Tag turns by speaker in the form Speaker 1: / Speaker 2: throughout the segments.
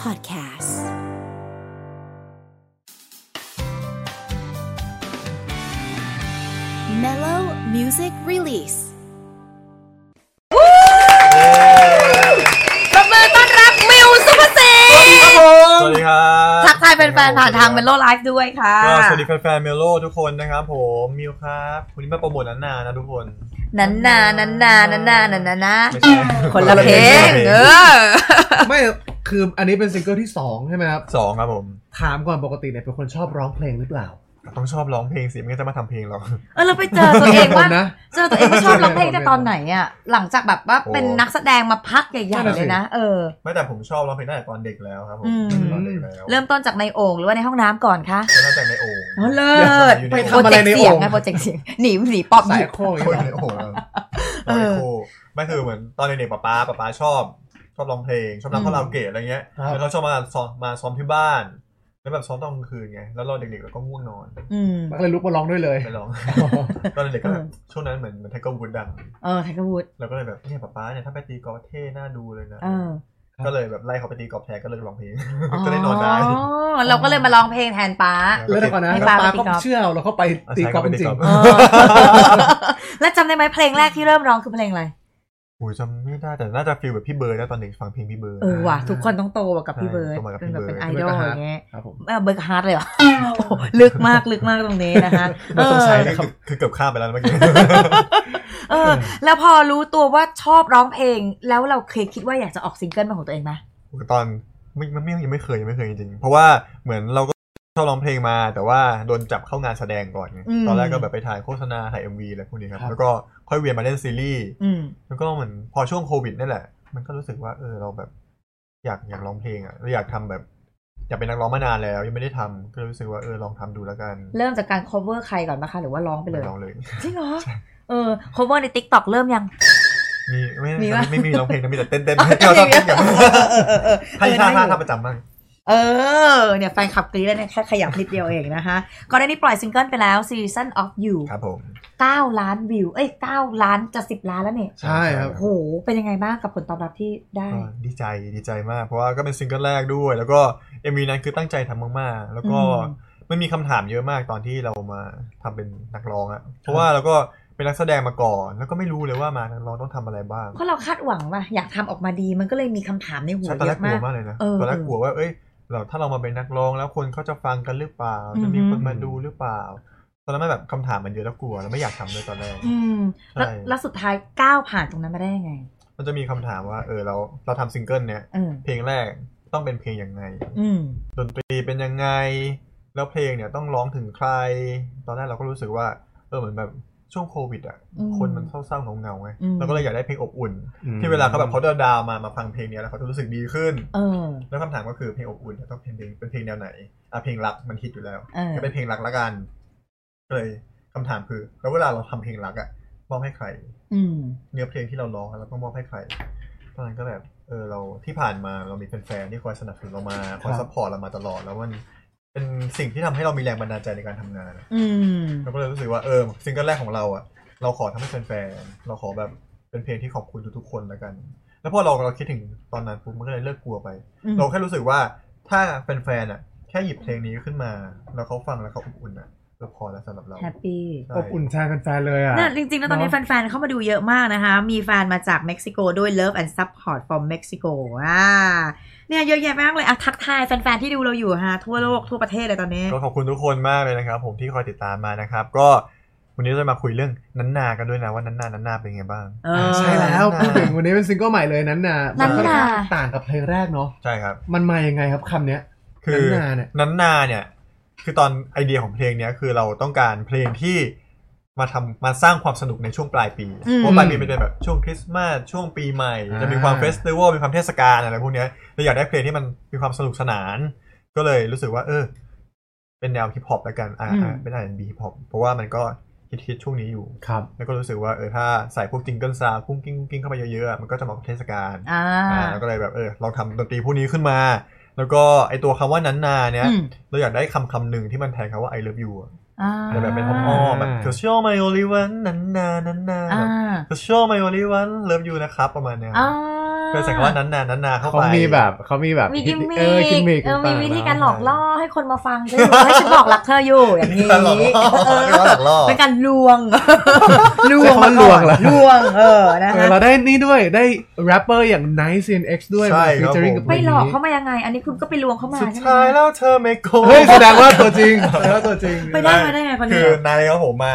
Speaker 1: Podcast Mellow Music Release
Speaker 2: ปรบมือต้อนรับมิวสุภาษี
Speaker 3: สวัสดีครับ
Speaker 2: ทักทายแฟนๆ ผ่านทางเมโลไลฟ์ด้วยค่ะ
Speaker 3: ก็สวัสดีแฟนๆเมโลทุกคนนะครับผมมิวครับวันนี้มาโปรโมทนันนานะทุกคน
Speaker 2: นันนา นันนา นันนา นันนานะ
Speaker 3: ไม่ใช่
Speaker 2: คนละเพลง เออ
Speaker 4: ไม่คืออันนี้เป็นซิงเกิลที่สองใช่ไหมครับ
Speaker 3: สองครับผม
Speaker 4: ถามก่อนปกติเนี่ยเป็นคนชอบร้องเพลงหรือเปล่า
Speaker 3: ต้องชอบร้องเพลงสิไม่งั้นจะมาทำเพลงหรอก
Speaker 2: เออ เราไปเจอตัวเองว่า
Speaker 4: ผมนะ
Speaker 2: เจอตัวเองว่าชอบร้องเพลงกันตอนไหนอ่ะ หลังจากแบบว่าเป็นนักแสดงมาพักใหญ่ๆ เลยนะ เออ
Speaker 3: ไม่แต่ผมชอบร้องเพลงตั้งแต่ตอนเด็กแล้วครับผม
Speaker 2: อืม
Speaker 3: ตอนเด็กแล้ว
Speaker 2: เริ่มต้นจากในโอ่งหรือว่าในห้องน้ำก่อนคะ
Speaker 3: ก็ตั้งแต่ในโอ่ง
Speaker 2: อ๋อเลิศ
Speaker 3: อยู่
Speaker 4: ไป
Speaker 3: ใน
Speaker 2: โปร
Speaker 4: ทำอะ
Speaker 2: เจ
Speaker 4: ไร
Speaker 2: กต์เสียง
Speaker 4: ในโอ่ง
Speaker 2: ไงโปรเจกต์เสียงหนีหนีป๊อป
Speaker 4: สาย
Speaker 2: อยู่
Speaker 4: โค้งอ
Speaker 3: โอ่
Speaker 4: ย่าง
Speaker 3: ง
Speaker 4: เงี้ย
Speaker 3: ในโอ่งครับ
Speaker 2: เออ
Speaker 3: ในโอ่งไม่คือเหมือนตอนเด็กๆป๊าป๊าป๊าป๊าชอบ ชอบร้องเพลง ชอบร้องคาราโอเกะอะไรเงี้ยแล้วเขาชอบมาซ้อมมาซ้อมที่บ้านแล้วแบบซ้อมตอนกลางคืนไงแล้วเราเด็กๆเราก็ง่วงนอน
Speaker 2: อืม
Speaker 4: มันก็เลยลุกมาร้องด้วยเลย
Speaker 3: ไปร้อง ตอนเด็กๆก็แบบช่วงนั้นเหมือนเหมันไทเกอร์วูดดัง
Speaker 2: เออไทเกอร์วูด
Speaker 3: เราก็เลยแบบเนี่ยป๊าป๊าเนี่ยถ้าไปตีกอล์ฟเท่น่าดูเลยนะ
Speaker 2: เออ
Speaker 3: ก็เลยแบบไล่เขาไปตีกอล์ฟแทนก็เลิกร้องเพลง
Speaker 2: อ๋อ
Speaker 3: ก็ได้นอนได้
Speaker 2: เราก็เลยมาร้องเพลงแทนป๊า
Speaker 4: แล้วเดี๋ยวก่อนนะ
Speaker 2: ให้
Speaker 4: แล้ว
Speaker 2: ปา
Speaker 4: ปา
Speaker 2: ไปตี
Speaker 4: ก็
Speaker 2: กอล์ฟ
Speaker 4: เชื่อเราแล้วเขาไปตีกอล์ฟจริง
Speaker 3: เอ
Speaker 2: เออ แล้วจำได้ไหมเพลงแรกที่เริ่มร้องคือเพลงอะไร
Speaker 3: โอ้ยจำไม่ได้แต่น่าจะฟีลแบบพี่เบิร์ดนะตอนเด็กฟังเพลงพี่เบิร์ด
Speaker 2: เออว่ะทุกคนต้องโตมากับพี่เบิร์ด
Speaker 3: ใช่โตมากับพี่
Speaker 2: เป็นแบบ
Speaker 3: เบิร์ด
Speaker 2: เป็นไอดอลอย่างเงี้ย
Speaker 4: ๆครับผม
Speaker 2: เออเบิร์ดฮาร์ดเลยเหรอ โอ้โหลึกมากลึกมากตรงนี้นะคะ
Speaker 3: ไม่ต้องใช้
Speaker 2: เออ
Speaker 3: นะคือคือเกือบข้ามไปแล้วนะเมื่อ กี้
Speaker 2: เออ แล้วพอรู้ตัวว่าชอบร้องเพลง แล้วเราเคยคิดว่าอยากจะออกซิงเกิลเป็นของตัวเองไหม
Speaker 3: โอ้ยตอนไม่ไม่ไม่ยังไม่เคยยังไม่เคยจริงๆเพราะว่าเหมือนเราก็ชอบร้องเพลงมา แต่ว่าโดนจับเข้างานแสดงก่อนไงตอนแรกก็แบบไปถ่ายโฆษณาถ่ายเอ็มวีอะไรพวกนี้ครับ
Speaker 4: ครับ
Speaker 3: แล้วก็ค่อยเวียนมาเล่นซีรีส์
Speaker 2: อืม
Speaker 3: แล้วก็เหมือนพอช่วงโควิดนี่แหละ มันก็รู้สึกว่าเออเราแบบ อยากอยากร้องเพลงอ่ะเราอยากทำแบบ อยากเป็นนักร้องมานานแล้ว ยังไม่ได้ทำก็เลยรู้สึกว่าเออลองทำดูแล้วกัน
Speaker 2: เริ่มจากการ cover ใครก่อนนะคะหรือว่าร้องไปเลย
Speaker 3: ลองเลย
Speaker 2: จริงเหรอเออ cover ใน t ิ k t o k เริ่มยัง
Speaker 3: มีไม่
Speaker 2: มี
Speaker 3: ไม่
Speaker 2: ปะ
Speaker 3: ไม่มีร้องเพลงนะมีแต่เต้นเต้นเกี่ยวชอบเต้น กันให้ท่าท่าท่าประจำบ้าง
Speaker 2: เออ เนี่ยแฟนคลับกรี๊ดแล้วเนี่ยแค่ขยับนิดเดียวเองนะคะก่อนหน้านี้ปล่อยซิงเกิลไปแล้ว Season of You
Speaker 3: ครับผม
Speaker 2: 9 ล้านวิว เอ้ย 9 ล้านจะ 10 ล้านแล้วเนี่ย
Speaker 4: ใช่ครับ
Speaker 2: โอ้โห เป็นยังไงบ้างกับผลตอบรับที่ได้
Speaker 3: ก็ดีใจดีใจมาก เพราะว่าก็เป็นซิงเกิลแรกด้วย แล้วก็เอ็มวีนั้นคือตั้งใจทำมากๆ แล้วก็
Speaker 2: อืม
Speaker 3: มันมีคำถามเยอะมากตอนที่เรามาทำเป็นนักร้องอะเพราะว่าเราก็เป็นนักแสดงมาก่อน แล้วก็ไม่รู้เลยว่ามานักร้องต้องทำอะไรบ้าง
Speaker 2: เพราะเราคาดหวังว่าอยากทำออกมาดีมันก็เลยมีคำถามในหัว
Speaker 3: ใช่ตอน
Speaker 2: เย
Speaker 3: แรก
Speaker 2: อะ
Speaker 3: กลั
Speaker 2: มาว ก
Speaker 3: มากเลยนะ
Speaker 2: เออ
Speaker 3: ตอนแรกกลัวว่า เอ้ยเราถ้าเรามาเป็นนักร้องแล้วคนเขาจะฟังกันหรือเปล่า
Speaker 2: อือฮึ
Speaker 3: จะมีคนมาดูหรือเปล่า ตอนนั้นมันแบบคำถามมันเยอะแล้วกลัวแล้วไม่อยากทำเลยตอนแรก
Speaker 2: อืมแล้ว
Speaker 3: ใช่
Speaker 2: แล้วสุดท้ายก้าวผ่านตรงนั้นมาได้ยังไง
Speaker 3: มันจะมีคำถามว่า เออเราเราทำซิงเกิลเนี้ย
Speaker 2: เออ
Speaker 3: เพลงแรกต้องเป็นเพลงยังไง
Speaker 2: อืม
Speaker 3: ดนตรีเป็นยังไง แล้วเพลงเนี่ยต้องร้องถึงใคร ตอนแรกเราก็รู้สึกว่า เออเหมือนแบบช่วงโควิดอ่ะ
Speaker 2: อืม
Speaker 3: คนมันเศร้าๆเหงาๆไง
Speaker 2: อืม
Speaker 3: เราก็เลยอยากได้เพลงอบอุ่น
Speaker 4: อืม
Speaker 3: ที่เวลาเขาแบบเขาดาวน์ๆมามาฟังเพลงเนี้ยแล้วเขาจะรู้สึกดีขึ้น
Speaker 2: เออ
Speaker 3: แล้วคำถามก็คือเพลงอบอุ่นเนี่ยต้องเป็นเพลงเป็นเพลงแนวไหนอ่ะเพลงรักมันฮิตอยู่แล้ว
Speaker 2: เออ
Speaker 3: ก็เป็นเพลงรักละกันก็เลยคำถามคือแล้วเวลาเราทำเพลงรักอะมอบให้ใคร
Speaker 2: อืม
Speaker 3: เนื้อเพลงที่เราร้องแล้วก็มอบให้ใครตอนนั้นก็แบบเออเราที่ผ่านมาเรามีแฟนๆที่คอยสนับสนุนเรามาคอยซัพพอร์ตเรามาตลอดแล้วมันเป็นสิ่งที่ทำให้เรามีแรงบันดาลใจในการทำงาน
Speaker 2: อืม
Speaker 3: เราก็เลยรู้สึกว่าเออซิงเกิลแรกของเราอะเราขอทำให้แฟนๆเราขอแบบเป็นเพลงที่ขอบคุณทุกๆคนละกัน แล้วพอเราเราคิดถึงตอนนั้นปุ๊บมันก็เลยเลิกกลัวไป
Speaker 2: อืม
Speaker 3: เราแค่รู้สึกว่าถ้าแฟนๆอ่ะแค่หยิบเพลงนี้ขึ้นมา แล้วเขาฟังแล้วเขาอบอุ่นอ่ะก็พอแล้วสำหรับเรา
Speaker 2: แฮปปี้
Speaker 3: ใช่
Speaker 4: อบอุ่นแทนแฟนๆเลยอ่ะ
Speaker 2: เนี่ยจริงๆ แล้วตอนนี้แฟนๆ เข้ามาดูเยอะมากนะคะ มีแฟนมาจากเม็กซิโกด้วย Love and Support from Mexico อ่า เนี่ยเยอะแยะมากเลยอ่ะทักทายแฟนๆ ที่ดูเราอยู่ฮะทั่วโลกทั่วประเทศเลยตอนนี้
Speaker 3: ก็ขอบคุณทุกคนมากเลยนะครับ ผมที่คอยติดตามมานะครับ ก็วันนี้เราจะมาคุยเรื่องนันนากันด้วยนะว่านันนานันนาเป็นไงบ้าง
Speaker 2: เออ
Speaker 4: ใช่แล้วพูดถึงวันนี้เป็นซิงเกิลใหม่เลยนั้นน่ะ
Speaker 2: นั้
Speaker 4: มัน น
Speaker 2: น่ะ
Speaker 4: ค่อนข้างต่างกับเพลงแรกเนาะ
Speaker 3: ใช่ครับ
Speaker 4: มันมายังไงครับคำเนี้ย
Speaker 3: คือ
Speaker 4: นันนาเนี่ย
Speaker 3: นันนาเนี่ย คือตอนไอเดียของเพลงเนี้ยคือเราต้องการเพลงที่มาทำมาสร้างความสนุกในช่วงปลายปี
Speaker 2: อืม
Speaker 3: เพราะปลายปีมันเป็นแบบช่วงคริสต์มาสช่วงปีใหม่ จะมีความเฟสติวัลมีความเทศกาลอะไรพวกเนี้ยเราอยากได้เพลงที่มันมีความสนุกสนาน ก็เลยรู้สึกว่า เออ เป็นแนวฮิปฮอปแล้วกันอ่าอ่าเป็นอะไรบีฮิปฮอปเพราะว่ามันก็ฮิตๆช่วงนี้อยู่
Speaker 4: ครับ
Speaker 3: แล้วก็รู้สึกว่าเออถ้าใส่พวกจิงเกิลซาวด์กุ้งกิ้งกุ้งกิ้งเข้าไปเยอะๆอ่ะมันก็จะเหมาะกับเทศกาล
Speaker 2: อ่า
Speaker 3: อ่าแล้วก็เลยแบบเออลองทำดนตรีพวกนี้ขึ้นมา แล้วก็ไอตัวคำว่านันนาเนี่ย
Speaker 2: อืม
Speaker 3: เราอยากได้คำคำหนึ่งที่มันแทนคำว่า I love you อะ
Speaker 2: อ่า
Speaker 3: แต่แบบเป็นอ้อมๆแบบเธอชอบ my only one นันนานันนา
Speaker 2: อ่า
Speaker 3: เธอชอบ my only one love you นะครับประมาณเนี้ย
Speaker 2: อ่า
Speaker 3: เป็นสังกัดว่านั้นนานั้นนาเข้า
Speaker 5: เขา
Speaker 3: ไป
Speaker 5: มีแบบเขามีแบบ
Speaker 2: มีกิมมิค
Speaker 5: เออกิมมิค
Speaker 2: เออมีวิธีการหลอก
Speaker 5: ต่งๆ
Speaker 2: ล่อให้คนมาฟังฉันอยู่ให้ฉันบอกรักเธออยู่อย่างนี้
Speaker 3: การหลอกล่อ
Speaker 2: เออ
Speaker 3: เรียกว่าหลอกล่อ
Speaker 2: เป็นการลวง ลวง
Speaker 5: ใช้คำว่าลวงเหรอ
Speaker 2: ลวงเออนะ
Speaker 4: เอ
Speaker 2: คะ
Speaker 4: อเราได้นี่ด้วยได้แรปเปอร์อย่าง Nice in X ด้วย
Speaker 3: ใช่
Speaker 4: มา
Speaker 3: ค
Speaker 4: ฟี
Speaker 3: รับ
Speaker 4: เจอริง
Speaker 3: ผม
Speaker 4: กับเพ
Speaker 2: ไป
Speaker 4: ล
Speaker 2: ห
Speaker 4: ง
Speaker 2: ลอ
Speaker 4: นี้
Speaker 2: กเขามายังไง อันนี้คุณก็ไปลวงเขามา
Speaker 3: สุด
Speaker 2: ใช่ไหม
Speaker 3: ท้ายแล้วเธอไม่โกง
Speaker 4: เฮ้ยแสดงว่าตัวจริงแสดงว่าตัวจริง
Speaker 2: ไปได้มาได้ไงคน
Speaker 3: คื
Speaker 2: เดี
Speaker 3: อ
Speaker 2: ยวน
Speaker 3: ายเขาผมมา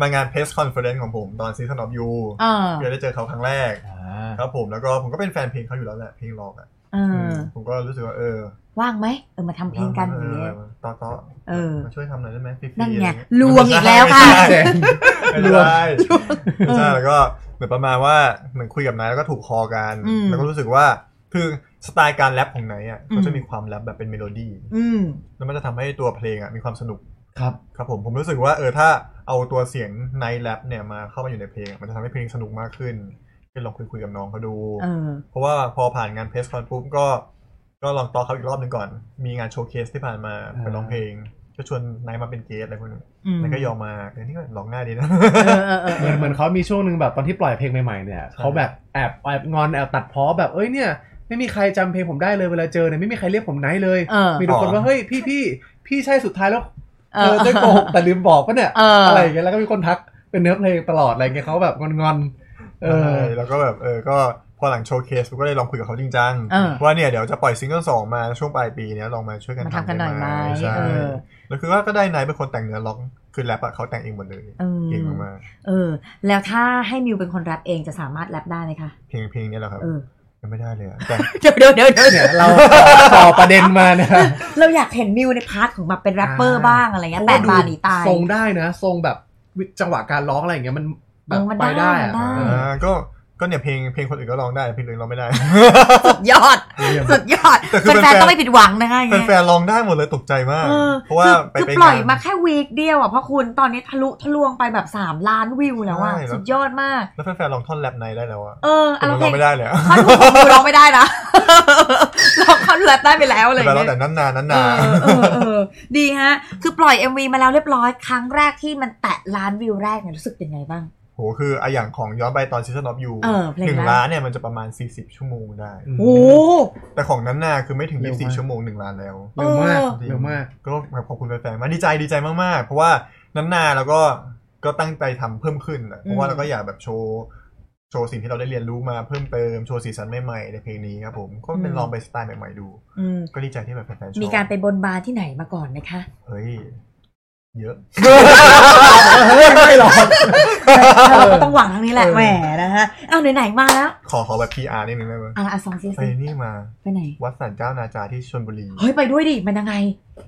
Speaker 3: มางานเพ s คอนเฟอเรนซ์ของผมตอนซีซันออฟยู
Speaker 2: เออ
Speaker 3: เพื่อได้เจอเขาครั้งแรก
Speaker 5: อ่า
Speaker 3: ครับผมแล้วก็ผมก็เป็นแฟนเพลงเขาอยู่แล้วแหละเพลงร็อกอ่ะ
Speaker 2: เออ
Speaker 3: ผมก็รู้สึกว่าเออ
Speaker 2: ว่างไหมเออมาทำเพลงกันอย่างเงี้ย
Speaker 3: ต่อต่อ
Speaker 2: เออ
Speaker 3: มาช่วยทำหน่อยได้ไหมฟรีๆ
Speaker 2: นั่น
Speaker 3: อะร
Speaker 2: ไง
Speaker 3: เย
Speaker 2: ลวงอีกแล้วค่ะ
Speaker 3: ไม่ใช่ไม่
Speaker 4: ลวง
Speaker 3: ใช่ไม่ใช่แล้วก็เหมือนประมาณว่าเหมือนคุยกับนายแล้วก็ถูกคอกัน
Speaker 2: อืม
Speaker 3: แล้วก็รู้สึกว่าคือสไตล์การแรปของนายอ่ะ
Speaker 2: อืม
Speaker 3: เขาจะมีความแรปแบบเป็นเมโลดี้
Speaker 2: อืม
Speaker 3: แล้วมันจะทำให้ตัวเพลงอ่ะมีความสนุก
Speaker 4: ครับ
Speaker 3: ครับผมผมรู้สึกว่าเออถ้าเอาตัวเสียงในแรปเนี่ยมาเข้ามาอยู่ในเพลงอะมันจะทำให้เพลงสนุกมากขึ้นก็ลองคุยคุยกับน้องเขาดู
Speaker 2: เออ
Speaker 3: เพราะว่าพอผ่านงานเพสคอนปุ๊บก็ก็ลองต่อเขาอีกรอบหนึ่งก่อน มีงานโชว์เคสที่ผ่านมาไปร้องเพลงก็ชวนนายมาเป็นเกสอะไรพวกนี้
Speaker 2: อืม
Speaker 3: นายก็ยอมมาเดี๋ยวนี้ก็ร้องง่ายดีนะ
Speaker 2: เออเออเออ
Speaker 4: เหมือนเหมือนเขามีช่วงหนึ่งแบบตอนที่ปล่อยเพลงใหม่ๆเนี่ย
Speaker 3: ใช่
Speaker 4: เขาแบบแอบแอบงอนแอบตัดเพ้อแบบเอ้ยเนี่ย ไม่มีใครจำเพลงผมได้เลยเวลาเจอเนี่ยไม่มีใครเรียกผมไนท์เลย
Speaker 2: เออ
Speaker 4: มีทุกคนว่าเฮ้ยพี่พี่พี่ใช่สุดท้ายแล้ว
Speaker 2: เอ
Speaker 4: เอ
Speaker 2: อ
Speaker 4: อได้โกหกแต่ลืมบอกปะเนี่ย
Speaker 2: เออ
Speaker 4: อะไรอย่างเงี้ยแล้วก็มีคนทักเป็นเนื้อเพลงตลอดอะไรเงี้ยเขาแบบงอนๆเออ
Speaker 3: ใช่แล้วก็แบบเออก็พอหลังโชว์เคสปุ๊บก็เลยลองคุยกับเขาจริงจัง
Speaker 2: เออ
Speaker 3: ว่าเนี่ยเดี๋ยวจะปล่อยซิงเกิลสองมาช่วงปลายปีเนี้ยลองมาช่วยกัน
Speaker 2: มาทำกันหน่อยไหม
Speaker 3: ใช่
Speaker 2: เออ
Speaker 3: แล้วคือว่าก็ได้นายเป็นคนแต่งเนื้อร้องคือแรปอะเขาแต่งเองหมดเลย
Speaker 2: เออ
Speaker 3: เก่งมาก
Speaker 2: เออ แล้วถ้าให้มิวเป็นคนแรปเองจะสามารถแรปได้ไหมคะ
Speaker 3: ๆเพลงเพลงเนี้ยแหละครับ
Speaker 2: เออ
Speaker 3: ยังไม่ได้เลยอะแต่
Speaker 2: เดี๋ยวเดี๋ยวเดี๋ยวเดี๋ยว
Speaker 4: เนี่ยเราต่อประเด็นมานะ
Speaker 2: เราอยากเห็นมิวในพาร์ทของแบบเป็นแรปเปอร์บ้างอะไรเงี้ยแต่บาหนีตาย
Speaker 4: ทรงได้นะ ทรงแบบจังหวะการร้องอะไรอย่างเงี้ยมันแบ
Speaker 2: เอบ อมัน
Speaker 4: ไปได้อะ
Speaker 2: ได้
Speaker 3: อ่าก็ก็เนี่ยเพลงเพลงคนอื่นก็ร้องได้เพลงตัวเองร้องไม่ได้
Speaker 2: สุดยอด สุดยอด
Speaker 3: แต่คือ
Speaker 2: แฟน
Speaker 3: แฟน
Speaker 2: ๆต้องไม่ผิดหวังนะคะอย่างเงี้ย
Speaker 3: แฟนๆร้องได้หมดเลยตกใจมาก
Speaker 2: เออ
Speaker 3: เพราะว่า
Speaker 2: คือคื
Speaker 3: ไป
Speaker 2: อ
Speaker 3: ไป
Speaker 2: ปล่อย
Speaker 3: งาน
Speaker 2: มาแค่วีคเดียวอ่ะเพราะคุณตอนนี้ทะลุทะลวงไปแบบสามล้านวิวแล้วอ่ะ
Speaker 3: ใช่แล้ว
Speaker 2: สุดยอดมาก
Speaker 3: แล้วแฟนๆร้องท่อนแรปในได้แล้วอะ
Speaker 2: เออ
Speaker 3: แต่
Speaker 2: อะไร
Speaker 3: เรา
Speaker 2: เพ
Speaker 3: ร้
Speaker 2: ล
Speaker 3: อง
Speaker 2: ง
Speaker 3: ไม่ได้เลยอะ
Speaker 2: ท่อนฮุกของกูร้องไม่ได้นะ ร้องคอนเสิร์ตได้ไปแล้วอะไรอ
Speaker 3: แต่
Speaker 2: ย่าง
Speaker 3: ร้
Speaker 2: เล
Speaker 3: อง
Speaker 2: ย
Speaker 3: แต่นั้นนานนั้
Speaker 2: เอน
Speaker 3: นาน
Speaker 2: อเออเออดีฮะ คือปล่อย MV มาแล้วเรียบร้อย ครั้งแรกที่มันแตะล้านวิวแรกเนี่ยรู้สึกยังไงบ้าง
Speaker 3: โหคืออะอย่างของย้อนไปตอนซีซันออฟยู
Speaker 2: เออเพลง
Speaker 3: หนึ่ง
Speaker 2: ละ
Speaker 3: ล้านเนี่ยมันจะประมาณ 40 ชั่วโมงได้
Speaker 4: อืม
Speaker 2: โอ้
Speaker 3: แต่ของนั้นนาคือไม่ถึง
Speaker 4: เร็วมาก
Speaker 3: 24 ชั่วโมงหนึ่งล้านแล้ว
Speaker 4: เร็วมาก
Speaker 2: เออ
Speaker 3: จริง
Speaker 4: เร็วมาก
Speaker 3: ก็แบบขอบคุณแฟนๆมากดีใจดีใจมากๆ เพราะว่านั้นนาแล้วก็ก็ตั้งใจทำเพิ่มขึ้นอะเพราะว่าเราก็อยากแบบโชว์โชว์สิ่งที่เราได้เรียนรู้มาเพิ่มเติมโชว์สีสันใหม่ๆในเพลงนี้ครับผมก็เป็นลองไปสไตล์ใหม่ๆดู
Speaker 2: อืม
Speaker 3: ก็ดีใจที่แบบแฟนๆชอบ
Speaker 2: มีการไปบนบานที่ไหนมาก่อนไหมคะ
Speaker 3: เฮ้ย เย อะ
Speaker 4: ไม่หรอก
Speaker 2: เราก็ต้องหวังทางนี้แหละ
Speaker 3: เออ
Speaker 2: แหมนะฮะ เอาไหนๆมาแล้ว
Speaker 3: ขอขอแบบ PR นิดนึงได้ไหม
Speaker 2: อ่ะอ่ะสองซี
Speaker 3: ไป
Speaker 2: ซี
Speaker 3: นี่มา
Speaker 2: ไปไหน
Speaker 3: วัดสันเจ้านาจาที่ชลบุรี
Speaker 2: เฮ้ย ไปด้วยดิ มันยังไง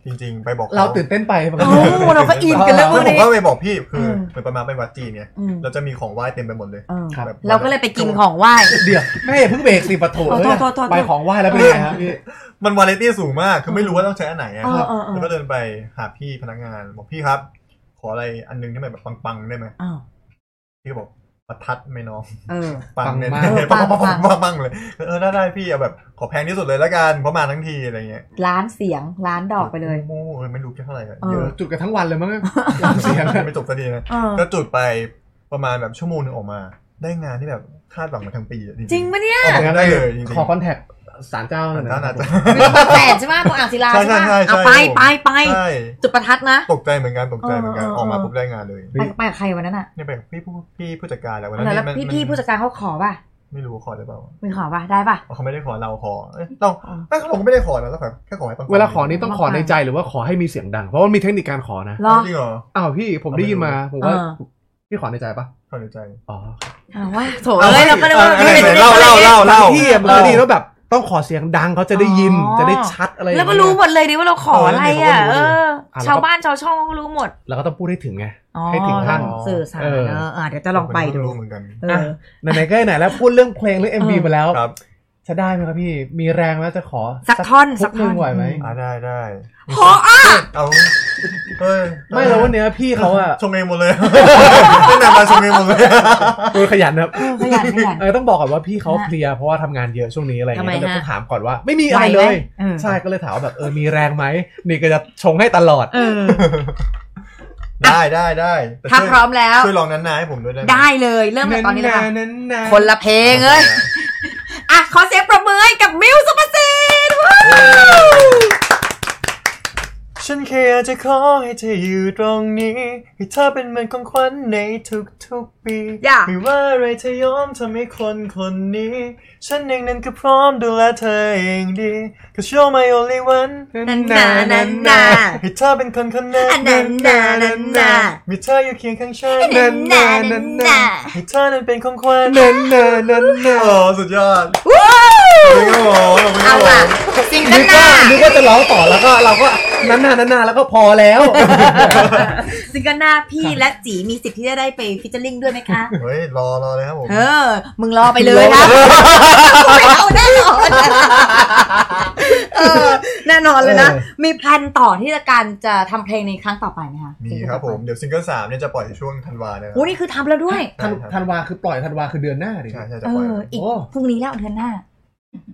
Speaker 3: จริง ๆ ไปบอกข
Speaker 4: เราตื่นเต้นไปปก
Speaker 2: เอ้า
Speaker 4: ติ
Speaker 2: เราก็อินกันแล้
Speaker 3: แล้ว
Speaker 2: วั
Speaker 3: วน ผม
Speaker 2: นี้
Speaker 3: ก็ไปบอกพี่คือ
Speaker 2: เออ
Speaker 3: เหมือนประมาณไปวัดจีนเนี่ย
Speaker 2: อืม
Speaker 3: เราจะมีของไหว้เต็มไปหมดเลย
Speaker 2: เออ
Speaker 4: ครับ
Speaker 3: แบบ
Speaker 2: เราก็เลยไปกินของไหว้
Speaker 4: เดี๋ยวแม่อย่าเพิ่งเบรกสิปะโถ
Speaker 2: โอ้โทษโทษโทษ
Speaker 4: ไปของไหว้แล้วเป็นยังไงครับพี่
Speaker 3: มันวาเลนตี้สูงมาก คือไม่รู้ว่าต้องใช้อันไหนอะ
Speaker 2: เออเออเออ
Speaker 3: แล้วก็เดินไปหาพี่พนักงานบอกพี่ครับ ขออะไรอันนึงที่มันแบบปังๆได้ไหม
Speaker 2: อ้าว
Speaker 3: พี่ก็บอกประทัดไหม่น้อง
Speaker 2: เออ
Speaker 3: ปังเนี่ย
Speaker 4: ปังมาก
Speaker 3: เนี่ย
Speaker 2: ปั
Speaker 3: ปั
Speaker 2: ง
Speaker 3: ง
Speaker 2: ปั
Speaker 3: ปั
Speaker 2: ง
Speaker 3: งปังเลย เออได้ได้พี่เอาแบบขอแพงที่สุดเลยละกันเพราะมาทั้งทีอะไรเงี้ย
Speaker 2: ร้านเสียงร้านดอกไปเลย
Speaker 3: โอ้โหไม่รู้จะเท่าไหร่อะ
Speaker 2: เออ
Speaker 3: เยอะ
Speaker 4: จุดกันทั้งวันเลยมั้งตามเสียงอะ
Speaker 3: ไม่จบสักทีนะ
Speaker 2: เออ
Speaker 3: ก็จุดไปประมาณแบบชั่วโมงหนึงออกมา ได้งานที่แบบคาดหวังมาทั้งปีอะ
Speaker 2: จริงปะเนี่ย
Speaker 3: ออกมาได้เลยจริงๆ
Speaker 4: ขอคอนแทคสารเจ้าหน่อย
Speaker 3: น่า
Speaker 4: นะ
Speaker 3: จะ
Speaker 2: บางแสนใช่ไหมตรงอ่างศิลา
Speaker 3: ใช่
Speaker 2: ใช่ไหม
Speaker 3: ใช่ใช่
Speaker 2: เอาไป
Speaker 3: ใช่
Speaker 2: ไปไป
Speaker 3: ใช่
Speaker 2: จุดประทัดนะ
Speaker 3: ตกใจเหมือนกันตกใจเหมือนกัน
Speaker 2: เออเออ
Speaker 3: ออกมาปุ๊บได้งานเลย
Speaker 2: ไปไปกับใครวันนั้นอ่ะ
Speaker 3: เนี่ยแบบพี่ผู้พี่ผู้จัดการแหละวัน
Speaker 2: วัน
Speaker 3: นั้
Speaker 2: นั้น
Speaker 3: น
Speaker 2: แล้ว
Speaker 3: มัน
Speaker 2: พี่พี่ผู้จัดการเขาขอป่ะ
Speaker 3: ไม่รู้ขอหรือเปล่า
Speaker 2: มีขอป่ะได้ป่ะ
Speaker 3: เขาไม่ได้ขอเราขอเอ้ยเรา
Speaker 2: อ๋อ
Speaker 3: ไม่เขาบอกว่าไม่ได้ขอนะแล้วแบบแค่ขอให้ปังๆ
Speaker 4: เวลาขอนี่ต้องขอในใจหรือว่าขอให้มีเสียงดัง เพราะว่ามีเทคนิคการขอนะ
Speaker 2: รอ
Speaker 3: จริงเหรอ
Speaker 4: อ้าวพี่ผมได้ยินมาผมว่าพี่ขอในใจปะ
Speaker 3: ขอในใจ
Speaker 4: อ๋อ
Speaker 2: ถามว่าโถเอ้ยเราก็เลยว่า
Speaker 3: เอาไป
Speaker 2: ไม่ป็น
Speaker 3: เล่าเล่าเล่า
Speaker 4: บางที่อะมันก็ดีแล้วแบบต้องขอเสียงดังเขาจะได้ยินจะได้ชัดอะไรอย่าง
Speaker 2: แล้วก็
Speaker 4: เงี้ย
Speaker 2: รู้หมดเลยดิว่าเราขออะไรอ่ะ
Speaker 3: เออแล้
Speaker 2: เออ
Speaker 3: วนี่เขาก็รู้ดิ
Speaker 4: อ่ะแล้วก็
Speaker 2: ชาวบ้านชาวช่องเขาก็รู้หมด
Speaker 4: แล้วก็ต้องพูดให้ถึงไง
Speaker 2: อ๋อ
Speaker 4: ให้ถึงท่าน
Speaker 2: ต้องสื่อสาร
Speaker 4: เออ
Speaker 2: เนอะอ่ะเดี๋ยวจะลองไปดู
Speaker 3: รู้เหมือนกัน
Speaker 2: เออ
Speaker 4: ไหนๆก็ไหนๆแล้วพูดเรื่องเพลงเรื่อง MV
Speaker 2: เออ
Speaker 4: มาแล้ว
Speaker 3: ครับ
Speaker 4: จะได้ไหมครับพี่ มีแรงแล้วจะขอ
Speaker 2: สักท่อนสั
Speaker 4: สั
Speaker 2: ก
Speaker 4: ก
Speaker 2: ท่
Speaker 4: ท่
Speaker 2: อ
Speaker 4: อน นไหวไหม
Speaker 3: อ่าได้ได้
Speaker 2: ขออ่ะ
Speaker 3: เอาเฮ้ย
Speaker 4: ไม่แล้ววันเนี้ยพี่เขาอะ
Speaker 3: ชงเองหมดเลยไม่นานมาชงเองหมดเลย
Speaker 4: ดูขยันนะครับ
Speaker 2: เออขยันขยัน
Speaker 4: เออต้องบอกก่อนว่าพี่เขา
Speaker 2: ฮะ
Speaker 4: เพลียเพราะว่าทำงานเยอะช่วงนี้อะไรเงี้ย
Speaker 2: ทำไม
Speaker 4: ก็เลย
Speaker 2: ฮะ
Speaker 4: ต้องถามก่อนว่า ไม่มีอะไรเล
Speaker 2: ไหวย ไหมเออ
Speaker 4: ใช่ก็เลยถามว่าแบบเออมีแรงไหมนี่ก็จะชงให้ตลอด
Speaker 2: เออ
Speaker 3: ได้ได้ได้แต่
Speaker 2: ถ้า
Speaker 3: ช่วย
Speaker 2: พร้อมแล้ว
Speaker 3: ช่วยลองนั้นนาให้ผมด้วยได้หม
Speaker 2: ได้เลยเริ่มจากตอนนี้เลยค่ะ
Speaker 4: นั้นๆๆ
Speaker 2: คนละเพลงเอ้ย อ่ะ ขอเสียงประมือให้กับมิวสุภาษิตวู้
Speaker 3: ฉันแค่อยากจะขอให้เธออยู่ตรงนี้ให้เธอเป็นเหมือนของขวัญในทุกๆปี
Speaker 2: อย่า
Speaker 3: ไม่ว่าอะไรเธอยอมทำให้คนคนนี้ ฉันเองนั้นก็พร้อมดูแลเธอเองดี Cause you're my only one
Speaker 2: นันนานันนา
Speaker 3: ให้เธอเป็นคนคนนั้น
Speaker 2: อันนั้นนะนั้นนะ
Speaker 3: มีเธออยู่เคียงข้างฉัน
Speaker 2: อันนั้นนะนั้นนะ
Speaker 3: ให้เธอนั้นเป็นของขวัญ
Speaker 4: นันนานันนา
Speaker 3: โอ้สุดยอด
Speaker 2: วู้
Speaker 3: โอ้โห
Speaker 2: เอาล่ะซิงเกิ
Speaker 4: นึ
Speaker 2: ล
Speaker 4: ก
Speaker 2: หน้า
Speaker 4: ว่านึกว่าจะร้องต่อแล้วก็เราก็นันนานันนาแล้วก็พอแล้ว
Speaker 2: ซิงเกิลหน้าพี่และจีมีสิทธิ์ที่จะได้ไปฟิชเชอร์ลิงด้วยไหมคะ
Speaker 3: เฮ้ยรอรอเลยครับผม
Speaker 2: เออ มึงรอไปเลยนะไม่เอาแน่นอนเออแน่นอนเลยนะ
Speaker 4: เออ
Speaker 2: มีแพลนต่อที่จะการจะทำเพลงในครั้งต่อไปไหมคะ
Speaker 3: มีครับผม เดี๋ยวซิงเกิลสามเนี่ยจะปล่อยช่วงธันวาเนี่ยนะ
Speaker 2: โอ้นี่คือทำแล้วด้วย
Speaker 4: ธัน
Speaker 3: ใช่
Speaker 4: ธันวาคือปล่อยธันวาคือเดือนหน้าดิ
Speaker 3: ใช่ใช่จะ
Speaker 2: เอ
Speaker 3: ปล่อย
Speaker 2: อ อีก
Speaker 4: โอ้
Speaker 2: พรุ่งนี้แล้วเดือนหน้า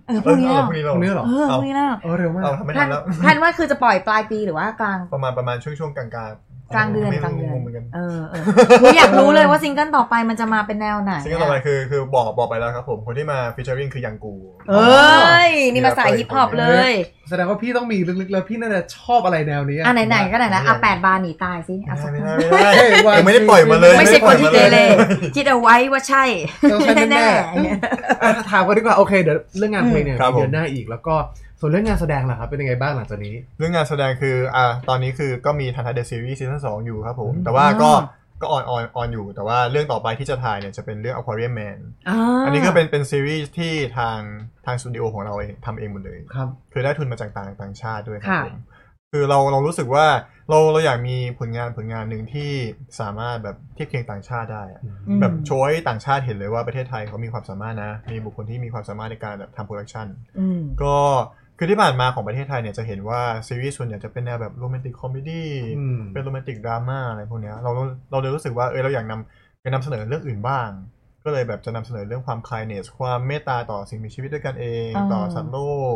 Speaker 2: เออพ
Speaker 3: เอ
Speaker 2: รุ่
Speaker 3: อง
Speaker 2: นี้
Speaker 3: เอ
Speaker 2: แล้ว
Speaker 3: อพรุ่งนี้เรา
Speaker 4: ตรงนี้เหรอ
Speaker 2: เออพรุ่งนี้แล้ว
Speaker 4: เออเร็วมาก
Speaker 3: เอาทำไม่
Speaker 2: แพล
Speaker 3: ทั
Speaker 2: น
Speaker 3: นแล้ว
Speaker 2: แพลนว่าคือจะปล่อยปลายปีหรือว่ากลาง
Speaker 3: ประมาณประมาณช่วงช่วงๆกลางกลางๆ
Speaker 2: กลางเดือน
Speaker 3: ไม่
Speaker 2: กลางเดือน
Speaker 3: งงเหมือนกัน
Speaker 2: เออเออหนูอยากรู้เลยว่าซิงเกิลต่อไปมันจะมาเป็นแนวไหนอะ
Speaker 3: ซึ่งก็ต่อไปคือคือบอกบอกไปแล้วครับผม คนที่มาฟิชเชอริงคือยังกู
Speaker 2: เอ้ย นี่มาสายฮิปฮอปเลย
Speaker 4: แสดงว่าพี่ต้องมีลึกๆแล้วพี่น่าจะชอบอะไรแนวนี้
Speaker 2: อ่ะไหนๆก็ไหนนะอ่ะ
Speaker 3: ไม่ได้
Speaker 2: แปดบาร์หนีตายสิอ่ะสัก
Speaker 3: ไม่
Speaker 2: ค
Speaker 3: ได้
Speaker 2: รั้ง
Speaker 3: ไม่ได้
Speaker 4: เฮ้ยว่า
Speaker 3: ยังไม่ได้ปล่อยมาเลย
Speaker 2: ไม่ใช่คนที่เกเร
Speaker 3: ยังไม่ได้ปล่อยมาเลย
Speaker 2: คิดเอาไว้ว่าใช่
Speaker 4: ต้องใช่
Speaker 2: ไม่
Speaker 4: แน่
Speaker 2: แน่
Speaker 4: ๆ อ่ะถามกันดีกว่าโอเคเดี๋ยวเรื่องงานเพลงเนี่ย
Speaker 3: ครับผม
Speaker 4: เดือนหน้าอีกแล้วก็ส่วนเรื่องงานแสดงล่ะครับเป็นยังไงบ้างหลังจากนี้
Speaker 3: เรื่องงานแสดงคืออ่าตอนนี้คือก็มีทันทัเดซีรีส์ซีซั่นสองอยู่ครับผม แต่ว่าก็ก็ออนออนออนอยู่ แต่ว่าเรื่องต่อไปที่จะถ่ายเนี่ยจะเป็นเรื่อง Aquarium Man
Speaker 2: ๆ
Speaker 3: อันนี้ก็เป็นเป็นซีรีส์ที่ทางทางสตูดิโอของเราเองทำเองหมดเลย
Speaker 4: ครับ
Speaker 3: คือได้ทุนมาจากต่างต่างชาติด้วยครับ
Speaker 2: ค่ะ
Speaker 3: ผมคือเราเรารู้สึกว่าเราเราอยากมีผลงานผลงานหนึ่งที่สามารถแบบเทียบเคียงต่างชาติได้อะ
Speaker 2: อืม
Speaker 3: แบบโชว์ให้ต่างชาติเห็นเลยว่าประเทศไทยเขามีความสามารถนะ มีบุคคลที่มีความสามารถในการแบบทำโปรดักชัน
Speaker 2: อืม
Speaker 3: ก็คือที่ผ่านมาของประเทศไทยเนี่ยจะเห็นว่าซีรีส์ส่วนใหญ่จะเป็นแนวแบบโรแมนติกคอมเมดี้
Speaker 4: อืม
Speaker 3: เป็นโรแมนติกดราม่าอะไรพวกเนี้ยเราเราเลยรู้สึกว่าเออเราอยากนำจะนำเสนอเรื่องอื่นบ้าง ก็เลยแบบจะนำเสนอเรื่องความคลายเนสความเมตตาต่อสิ่งมีชีวิตด้วยกันเอง
Speaker 2: อ่า
Speaker 3: ต่อสัตว์โลก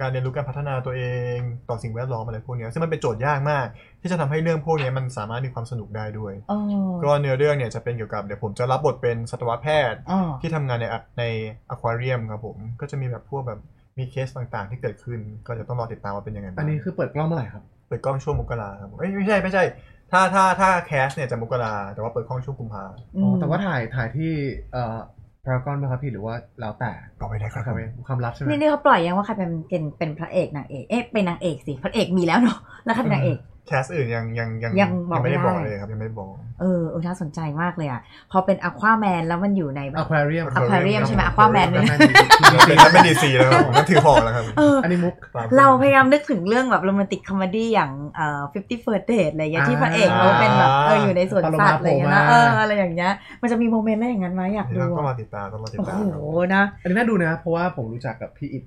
Speaker 3: การเรียนรู้การพัฒนาตัวเองต่อสิ่งแวดล้อมอะไรพวกเนี้ยซึ่งมันเป็นโจทย์ยากมาก ที่จะทำให้เรื่องพวกเนี้ยมันสามารถมีความสนุกได้ด้วย
Speaker 2: เออ
Speaker 3: ก็เนื้อเรื่องเนี่ยจะเป็นเกี่ยวกับเดี๋ยวผมจะรับบทเป็นสัตวแพทย์
Speaker 2: อ่า
Speaker 3: ที่ทำงานในอะในอควาเรียมครับผม ก็จะมีแบบพวกแบบมีเคสต่างๆ ที่เกิดขึ้น ก็จะต้องรอติดตามว่าเป็นยังไงบ้าง
Speaker 4: อันนี้คือเปิดกล้องเมื่อไหร่ครับ
Speaker 3: เปิดกล้องช่วงมกราครับผมเอ้ยไม่ใช่ไม่ใช่ ถ้าถ้าถ้าแคสเนี่ยจะมกราแต่ว่าเปิดกล้องช่วงกุมภา
Speaker 4: อ๋อแต่ว่าถ่ายถ่ายที่เอ่อพารากอนไหมครับพี่หรือว่าแล้วแต่
Speaker 3: ต่อไปได้ครับผม
Speaker 4: ความลับใช่ไหม
Speaker 2: นี่นี่เขาปล่อยยังว่าใครเป็นเป็นเป็นพระเอกนางเอก เอ๊ะเป็นนางเอกสิพระเอกมีแล้วเนาะแล้วใครเป็นนางเอก
Speaker 3: แคสอื่นยังยังยัง
Speaker 2: ยังบอก
Speaker 3: ไม่ได้
Speaker 2: ไม่
Speaker 3: บ
Speaker 2: ได้
Speaker 3: อกเลยครับยังไม่ได้บอก
Speaker 2: เออเออน่าสนใจมากเลยอ่ะพอเป็นอควาแมนแล้วมันอยู่ในแบ
Speaker 4: อะ
Speaker 2: บ
Speaker 4: ควาเรียม
Speaker 2: Aquarium
Speaker 3: ใช่
Speaker 2: ใช่
Speaker 3: ไห
Speaker 2: ไหม
Speaker 3: ม Aquarium
Speaker 2: อควาแมนเนี่ย
Speaker 3: เป็นนั่นเป็นดีซีแล้วครับผมนั่นถือหอกแล้วครับ
Speaker 2: เออ
Speaker 4: อันนี้มุก
Speaker 2: เราพยายามนึกถึงเรื่องแบบโรแมนติกคอมเมดี้อย่างเอ่อ Fifty First Date อะไรอย่างเงี้ยที่พระเอกเขาเป็นแบบเอออยู่ในสวนสัตว์อะไรอย่างเงี้ยนะ
Speaker 4: ปลาโลมาโผล่มา
Speaker 2: เอออะไรอย่างเงี้ยมันจะมีโมเมนต์อะไรอย่างนั้นไหมอยาก
Speaker 3: เดี๋
Speaker 2: ดู
Speaker 3: ยวต้องมา
Speaker 2: อะ
Speaker 3: ติดตามต้องมาติด
Speaker 2: โอ้
Speaker 3: ตามครับ
Speaker 2: โหนะ
Speaker 4: อันนี้น่าดูนะ เพราะว่าผมรู้จักกับพี่อิด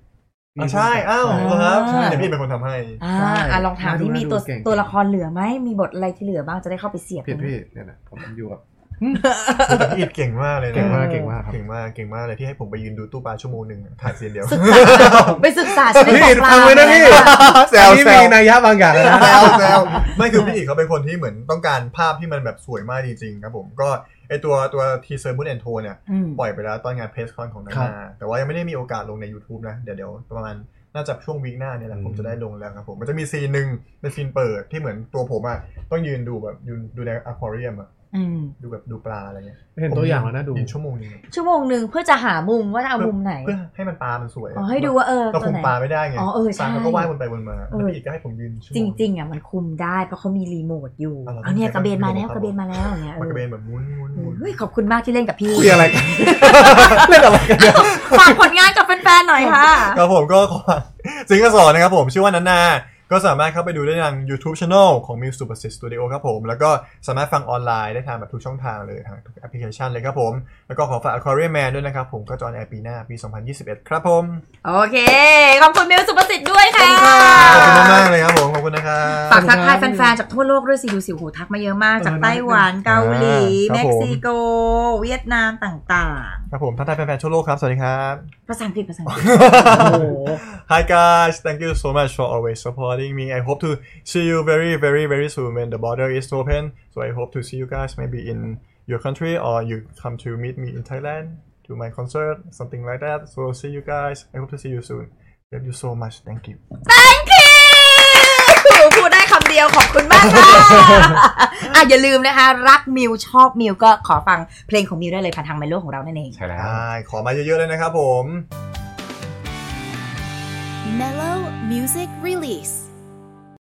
Speaker 3: อ๋อใช่อ้าวเหรอครับ
Speaker 2: ใช่
Speaker 3: เดี๋ยวพี่เป็นคนทำ ให้
Speaker 2: อ่า
Speaker 4: ใช่
Speaker 2: อ่ะลองถาม
Speaker 4: น่าดู
Speaker 2: ที่มีตัว
Speaker 4: น่าดูเก่ง
Speaker 2: ตัวละครเหลือไหมมีบทอะไรที่เหลือบ้างจะได้เข้าไปเสียบ
Speaker 4: พี่อิ
Speaker 2: ตร
Speaker 4: ฐ
Speaker 2: ง
Speaker 4: พี่
Speaker 2: นี้
Speaker 4: อิฐเนี่ยนะผมอยู่กับ
Speaker 3: อีดเก่งมากเลยนะ
Speaker 4: เก่งมาก
Speaker 2: ออ
Speaker 4: เก่งมากครับ
Speaker 3: เก่งมากเก่งมากเลยที่ให้ผมไปยืนดูตู้ปลาชั่วโมงหนึ่งถ่ายเสียนเดียว
Speaker 2: ศึกษาไปศึกษาชีวิต
Speaker 4: พี่
Speaker 2: ของป
Speaker 4: อิฐ
Speaker 2: ลา
Speaker 4: ฟังไว้นะพี่
Speaker 3: แซว
Speaker 4: อันนี้
Speaker 3: แซว
Speaker 4: มีนัยยะบางอย่างนะ
Speaker 3: แซวแซวไม่คือพี่อีกเขาเป็นคนที่เหมือนต้องการภาพที่มันแบบสวยมากจริงๆครับผมก็ไอตัวตัวทีเซอร์มูนแอนโทเนี่ย
Speaker 2: อืม
Speaker 3: ปล่อยไปแล้วตอนงานเพสคอนของนา
Speaker 4: ครับ
Speaker 3: นาแต่ว่ายังไม่ได้มีโอกาสลงใน YouTube นะ เดี๋ยวเดี๋ยวประมาณน่าจะช่วงวีคหน้าเนี่ยแหละผมจะได้ลงแล้วครับผมมันจะมีซีนหนึ่งเป็นซีนเปิดที่เหมือนตัวผมอ่ะต้องยืนดูแบบยืนดูในอควาเรียมอ่ะ
Speaker 2: อืม
Speaker 3: ดูแบบดูปลาอะไรเงี้ย
Speaker 4: เห็นตัวอย่างแล้วน่าดู
Speaker 3: ยืนชั่วโมงหนึงอะ
Speaker 2: ชั่วโมงหนึ่งเพื่อจะหามุมว่าจะเอามุมไหน
Speaker 3: เพื่อให้มันปลามันสวยอะ
Speaker 2: อ๋อให้ดูว่าเออ
Speaker 3: เรา
Speaker 2: ตั
Speaker 3: คุ
Speaker 2: ว
Speaker 3: ม
Speaker 2: ไหน
Speaker 3: ปลาไม่ได้ไง
Speaker 2: อ๋อเออใช่
Speaker 3: ปลาเขาก็ว่ายวนไปวนมา
Speaker 2: เอ
Speaker 3: แล้
Speaker 2: อ
Speaker 3: วพี่อีกก็ให้ผมยืนชั่
Speaker 2: จ
Speaker 3: วโมง
Speaker 2: ริง ๆอ่ะมันคุมได้เพราะเขามีรีโมทอยู่
Speaker 3: อ๋อเหรอ
Speaker 2: เอาเนี่ยกระเบนมาแล้วกระเบนมาแล้วอย่างเงี้ยเอ
Speaker 3: มัน
Speaker 2: อ
Speaker 3: กระเบนแบบมุนมุนมุน
Speaker 2: เฮ้ยขอบคุณมากที่เล่นกับพี่
Speaker 4: คุยอะไรกัน เล่นอะไรกันเนี่ย
Speaker 2: ฝากผลงานกับแฟนๆหน่อยค่ะ
Speaker 3: ครับผมก็ขอฝากซิงเกิลสอนนะครับผมชื่อว่านันนา ก็สามารถเข้าไปดูได้ทาง YouTube Channel ของ Music Superset Studio ครับผม แล้วก็สามารถฟังออนไลน์ได้ทางแบบทุกช่องทางเลยทางทุกแอปพลิเคชันเลยครับผม แล้วก็ขอฝาก Aquarium Man ด้วยนะครับผมก็จออนแอร์ปีหน้าปี 2021 ครับผม
Speaker 2: โอเค ขอบคุณมิวสุประสิทธิ์ด้วยค่ะ
Speaker 3: ขอบคุณมากๆเลยครับผมขอบคุณนะครับ
Speaker 2: ฝากทักทายแฟนๆจากทั่วโลกด้วยสิดูสิโอ้โหูทักมาเยอะมาก จากไต้หวันเกาหลีเม็กซิโก เวียดนามต่าง
Speaker 3: ครับผมทักทายแฟนๆทั่วโลกครับสวัสดีครับ
Speaker 2: ๆภาษาอังกฤษภาษาอังกฤษ
Speaker 3: Hi guys, thank you so much for always supporting me. I hope to see you very, very, very soon when the border is open. So I hope to see you guys maybe in your country or you come to meet me in Thailand. to my concert something like that so see you guys I hope to see you soon love you so much thank you
Speaker 2: พูดได้คำเดียวขอบคุณมากค่ะอ่ะอย่าลืมนะคะ รักมิวชอบมิวก็ขอฟังเพลงของมิวได้เลยผ่านทางไมโลของเรานั่นเอง
Speaker 5: ใช่แล้ว
Speaker 3: อ่าขอมาเยอะๆเลยนะครับผม
Speaker 1: Mellow Music Release.